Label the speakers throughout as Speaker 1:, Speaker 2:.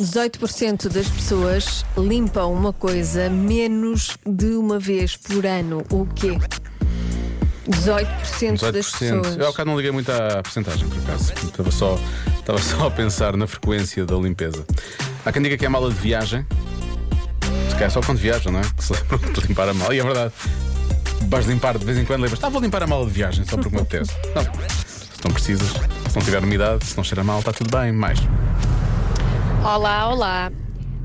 Speaker 1: 18% das pessoas limpam uma coisa menos de uma vez por ano. O quê? 18%, das
Speaker 2: 18%.
Speaker 1: pessoas.
Speaker 2: Eu há bocado É não liguei muito à porcentagem, por acaso. Estava só, estava só a pensar na frequência da limpeza. Há quem diga que é mala de viagem. Se calhar só quando viajam, não é? Que se lembram de limpar a mala. E é verdade. Vais limpar de vez em quando, lembras, tá, vou limpar a mala de viagem, só porque me apetece. Não. Se não precisas, se não tiver umidade, se não cheira mal, está tudo bem, mais.
Speaker 3: Olá, olá.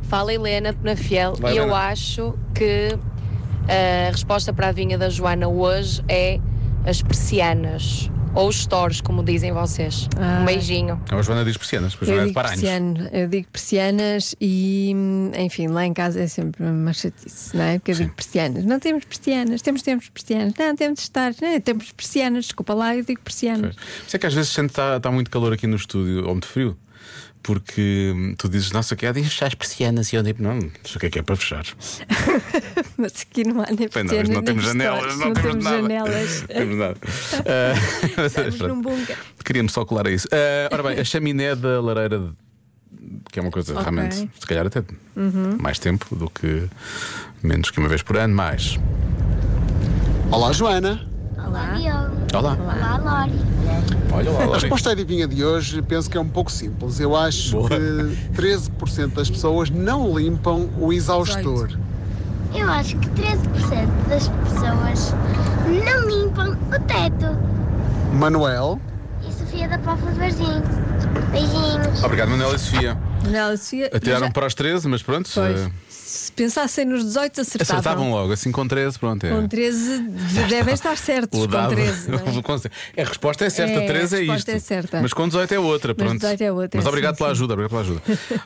Speaker 3: Fala Helena Penafiel.
Speaker 2: Olá,
Speaker 3: e eu
Speaker 2: Helena.
Speaker 3: acho que eh, a resposta para a vinha da Joana hoje é as persianas. Ou os stores, como dizem vocês.
Speaker 1: Ah.
Speaker 3: Um beijinho.
Speaker 2: Então A Joana diz persianas, depois
Speaker 1: Eu
Speaker 2: Joana é de
Speaker 1: digo,
Speaker 2: Paranhos.
Speaker 1: persiano, eu digo persianas e, hum, enfim, lá em casa é sempre uma chatice, não é? Porque eu digo persianas. Não temos persianas, temos, temos persianas. Não, temos de estar, não, temos persianas. Desculpa lá, eu digo persianas.
Speaker 2: Pois. Por isso é que às vezes sente está tá muito calor aqui no estúdio, ou muito frio. Porque hum, tu dizes, nossa, que é de fechar as persianas e eu digo, não, isso o que é que é para fechar?
Speaker 1: Mas aqui não há nem
Speaker 2: Pois
Speaker 1: persianas.
Speaker 2: não, não
Speaker 1: nem stores,
Speaker 2: temos janelas, não,
Speaker 1: não
Speaker 2: temos, nada.
Speaker 1: janelas.
Speaker 2: Não temos nada. É Ah, mas,
Speaker 1: Estamos
Speaker 2: pronto,
Speaker 1: num bunker.
Speaker 2: Queria-me só colar a isso. Ah, ora bem, a chaminé da lareira, de- que é uma coisa
Speaker 1: Ok. Uhum.
Speaker 2: realmente, se calhar até mais tempo do que menos que uma vez por ano, mais.
Speaker 4: Olá, Joana.
Speaker 5: Olá, Diogo.
Speaker 2: Olá.
Speaker 5: Olá, Lori.
Speaker 2: Olha lá,
Speaker 4: A
Speaker 2: Lori.
Speaker 4: resposta adivinha de hoje penso que é um pouco simples. Eu acho
Speaker 2: Boa.
Speaker 4: que 13% das pessoas não limpam o exaustor.
Speaker 5: Eu acho que 13% das pessoas não limpam o teto.
Speaker 4: Manuel,
Speaker 5: E Sofia da Pofa do Varzim. Beijinhos.
Speaker 2: Obrigado, Manuela e Sofia.
Speaker 1: Não, se,
Speaker 2: Atiraram
Speaker 1: já-
Speaker 2: para os 13, mas pronto.
Speaker 1: pois,
Speaker 2: ah,
Speaker 1: se pensassem nos 18, acertavam.
Speaker 2: Acertavam logo, assim com 13, pronto. É.
Speaker 1: Com 13, devem estar certos
Speaker 2: O
Speaker 1: com
Speaker 2: dado-
Speaker 1: 13. Não é?
Speaker 2: o conce- é? A resposta é certa,
Speaker 1: É, a
Speaker 2: 13 é isto.
Speaker 1: resposta é certa.
Speaker 2: Mas com 18 é outra, pronto.
Speaker 1: 18 é outra,
Speaker 2: Mas obrigado
Speaker 1: sim,
Speaker 2: pela
Speaker 1: sim.
Speaker 2: ajuda, obrigado pela ajuda.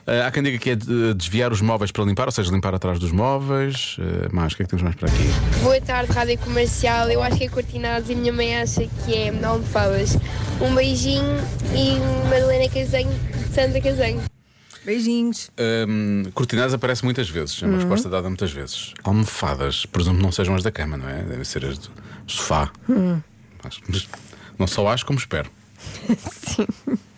Speaker 2: Ah, há quem diga que é eh, desviar os móveis para limpar, ou seja, limpar atrás dos móveis. Ah, mais, o que é que temos mais para aqui?
Speaker 6: Boa tarde, Rádio Comercial. Eu acho que é cortinados e minha mãe acha que é não me falas. Um beijinho e Madalena Casanho, Sandra Casanho.
Speaker 1: Beijinhos.
Speaker 2: Hum, cortinadas aparece muitas vezes,
Speaker 1: Uhum.
Speaker 2: é uma resposta dada muitas vezes. Almofadas, presumo que não sejam as da cama, não é? Devem ser as do sofá.
Speaker 1: Uhum.
Speaker 2: Acho- mas não só acho como espero.
Speaker 1: Sim.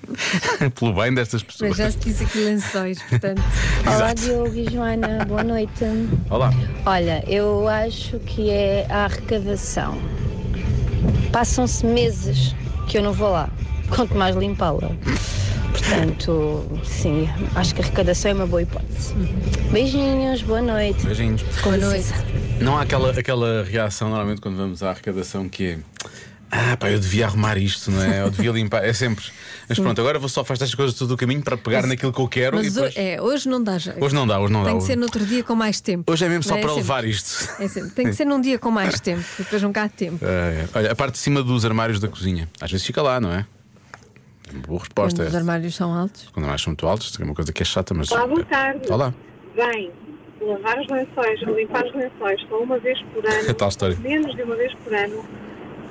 Speaker 2: Pelo bem destas
Speaker 1: Mas
Speaker 2: pessoas.
Speaker 1: já se diz aqui lençóis, portanto.
Speaker 7: Olá
Speaker 2: Exato.
Speaker 7: Diogo e Joana, boa noite.
Speaker 2: Olá.
Speaker 7: Olha, eu acho que é a arrecadação. Passam-se meses que eu não vou lá, quanto mais limpá-la. Portanto, sim, acho que a arrecadação é uma boa hipótese. Beijinhos, boa noite.
Speaker 2: Beijinhos.
Speaker 1: Boa noite.
Speaker 2: Não há aquela, aquela reação normalmente quando vamos à arrecadação que é. Ah, pá, eu devia arrumar isto, não é? Eu devia limpar. É sempre. Mas pronto, agora vou só fazer estas coisas todo o caminho para pegar naquilo que eu quero e
Speaker 1: Mas
Speaker 2: depois.
Speaker 1: ho- é, hoje não dá jeito.
Speaker 2: Hoje não dá, hoje não dá.
Speaker 1: Tem que
Speaker 2: Hoje,
Speaker 1: ser no outro dia com mais tempo.
Speaker 2: hoje é mesmo só
Speaker 1: Não
Speaker 2: para
Speaker 1: sempre.
Speaker 2: levar isto.
Speaker 1: É sempre. Tem que ser num dia com mais tempo, depois não cá tempo.
Speaker 2: Ah, é. Olha, a parte de cima dos armários da cozinha. Às vezes fica lá, não é? É uma boa resposta.
Speaker 1: Quando os
Speaker 2: essa.
Speaker 1: armários são altos.
Speaker 2: Quando mais são muito altos, é uma coisa que é chata, mas.
Speaker 8: Olá, boa tarde.
Speaker 2: Olá.
Speaker 8: Bem, lavar os lençóis ou limpar os lençóis só uma vez por
Speaker 2: É
Speaker 8: ano,
Speaker 2: tal história.
Speaker 8: menos de uma vez por ano,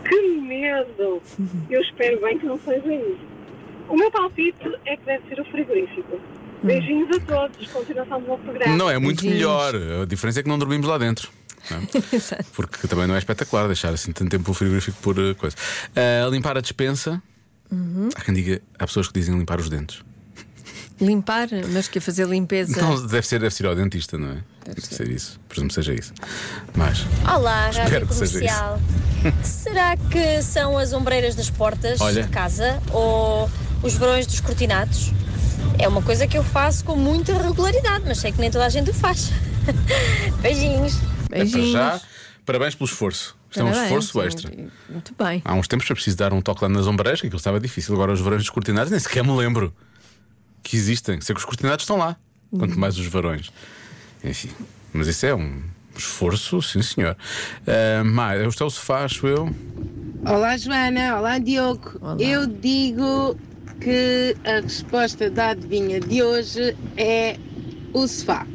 Speaker 8: que medo! Eu espero bem que não seja isso. O meu palpite é que deve ser o frigorífico. Beijinhos a todos, continuação do bom programa.
Speaker 2: Hum. Não, é muito
Speaker 1: Beijinhos.
Speaker 2: melhor. A diferença é que não dormimos lá dentro. não é?
Speaker 1: Exato.
Speaker 2: Porque também não é espetacular deixar assim tanto tempo o frigorífico por eh, coisa. Ah, limpar a despensa.
Speaker 1: Uhum.
Speaker 2: Há quem diga, há pessoas que dizem limpar os dentes.
Speaker 1: Limpar, mas que é fazer limpeza.
Speaker 2: Não, Então, deve ser, deve ser ir ao dentista, não é? Deve ser, isso. Presumo que seja isso. Mas. é
Speaker 9: Olá,
Speaker 2: Espero
Speaker 9: Rádio
Speaker 2: que seja
Speaker 9: Comercial. Será que são as ombreiras das portas
Speaker 2: Olha.
Speaker 9: de casa ou os verões dos cortinados? É uma coisa que eu faço com muita regularidade, mas sei que nem toda a gente o faz. Beijinhos.
Speaker 2: é para
Speaker 1: Beijinhos.
Speaker 2: já, parabéns pelo esforço. Isto é um
Speaker 1: Parabéns.
Speaker 2: esforço extra.
Speaker 1: Muito bem.
Speaker 2: Há uns tempos foi preciso dar um toque lá nas ombreiras, que aquilo estava difícil. Agora os varões descortinados nem sequer me lembro que existem. Sei que os cortinados estão lá, quanto mais os varões. Enfim, mas isso é um esforço, sim senhor. Ah, mas este é o sofá, acho eu.
Speaker 10: Olá Joana, olá Diogo.
Speaker 1: Olá.
Speaker 10: Eu digo que a resposta da adivinha de hoje é o sofá.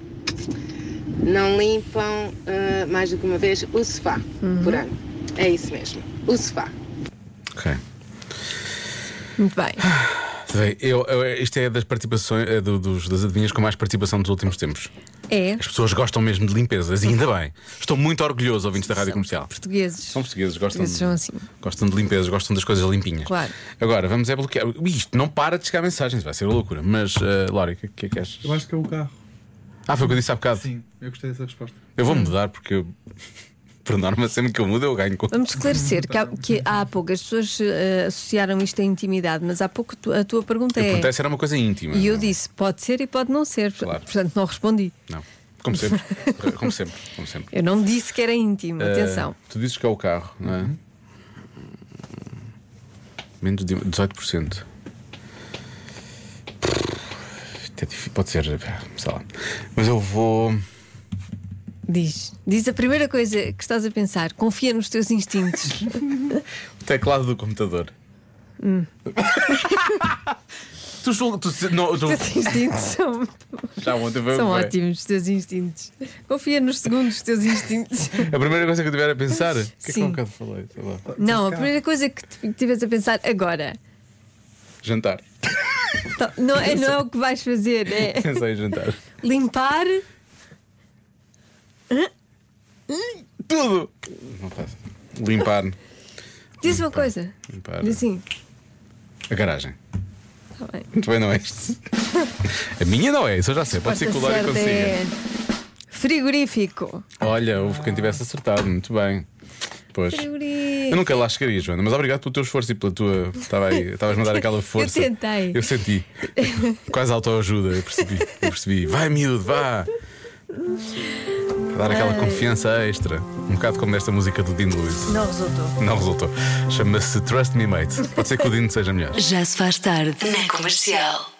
Speaker 10: Não limpam eh, mais do que uma vez o sofá por ano. É isso mesmo, o sofá.
Speaker 2: Ok.
Speaker 1: Muito bem.
Speaker 2: Bem, Eu, eu- isto é das participações é do- dos, das adivinhas com mais participação dos últimos tempos.
Speaker 1: É,
Speaker 2: As pessoas gostam mesmo de limpezas, e ainda bem. Estou muito orgulhoso, ouvintes da Rádio Comercial.
Speaker 1: portugueses.
Speaker 2: São portugueses, gostam,
Speaker 1: Portugueses são assim.
Speaker 2: gostam de limpezas, gostam das coisas limpinhas.
Speaker 1: Claro.
Speaker 2: Agora, vamos é bloquear. Ui, Isto não para de chegar mensagens, vai ser uma loucura. Mas, eh, Lori, o que, que é que achas?
Speaker 11: Eu acho que é o carro.
Speaker 2: Ah, foi o que eu disse há bocado.
Speaker 11: Sim, eu gostei dessa resposta.
Speaker 2: Eu vou mudar porque, eu- por norma, sempre que eu mudo, eu ganho com.
Speaker 1: Vamos esclarecer que há, que há pouco as pessoas eh, associaram isto à intimidade, mas há pouco tu- a tua pergunta é.
Speaker 2: Acontece, era uma coisa íntima.
Speaker 1: E eu disse, pode ser e pode não ser. Portanto, não respondi.
Speaker 2: Não. Como sempre. como sempre. Como sempre.
Speaker 1: Eu não disse que era íntimo,
Speaker 2: Eh,
Speaker 1: atenção.
Speaker 2: Tu dizes que é o carro, não é? Menos de 18%. Isto é difí- Pode ser, sei lá. Mas eu vou.
Speaker 1: Diz. Diz a primeira coisa que estás a pensar. Confia nos teus instintos.
Speaker 2: O teclado do computador.
Speaker 1: Hum.
Speaker 2: Tu, jul- tu, se- não, tu-
Speaker 1: Os teus instintos são,
Speaker 2: Já ontem foi
Speaker 1: são
Speaker 2: foi.
Speaker 1: ótimos, os teus instintos. Confia nos segundos, os teus instintos.
Speaker 2: A primeira coisa que eu tiver a pensar. O que é que
Speaker 1: Sim.
Speaker 2: eu um bocado falei? Sei lá.
Speaker 1: Não, a primeira coisa que tu- que estiveres a pensar agora.
Speaker 2: Jantar.
Speaker 1: Tá- Não é, não é o que vais fazer, é
Speaker 2: Pensei em jantar.
Speaker 1: limpar. Hã?
Speaker 2: Tudo! Não faço. Limpar.
Speaker 1: Diz uma coisa.
Speaker 2: Limpar.
Speaker 1: Diz assim.
Speaker 2: A garagem.
Speaker 1: Tá bem.
Speaker 2: Muito bem, não é isto? A minha não é, isso eu já sei. Pode ser que o
Speaker 1: Resposta
Speaker 2: Lório
Speaker 1: certa
Speaker 2: consiga.
Speaker 1: é Frigorífico.
Speaker 2: Olha, houve quem tivesse acertado, muito bem. Pois. Eu
Speaker 1: Frigorífico.
Speaker 2: nunca lá chegaria, Joana, mas obrigado pelo teu esforço e pela tua. Estava aí- Estavas a mandar aquela força.
Speaker 1: Eu tentei.
Speaker 2: Eu senti. Quase autoajuda, eu percebi. Eu percebi. Vai, miúdo, vá! Dar aquela
Speaker 1: Ai.
Speaker 2: confiança extra. Um bocado como nesta música do Dean Lewis.
Speaker 1: Não resultou.
Speaker 2: Não resultou. Chama-se Trust Me Mate. Pode ser que o Dino seja melhor.
Speaker 12: Já se faz tarde na comercial.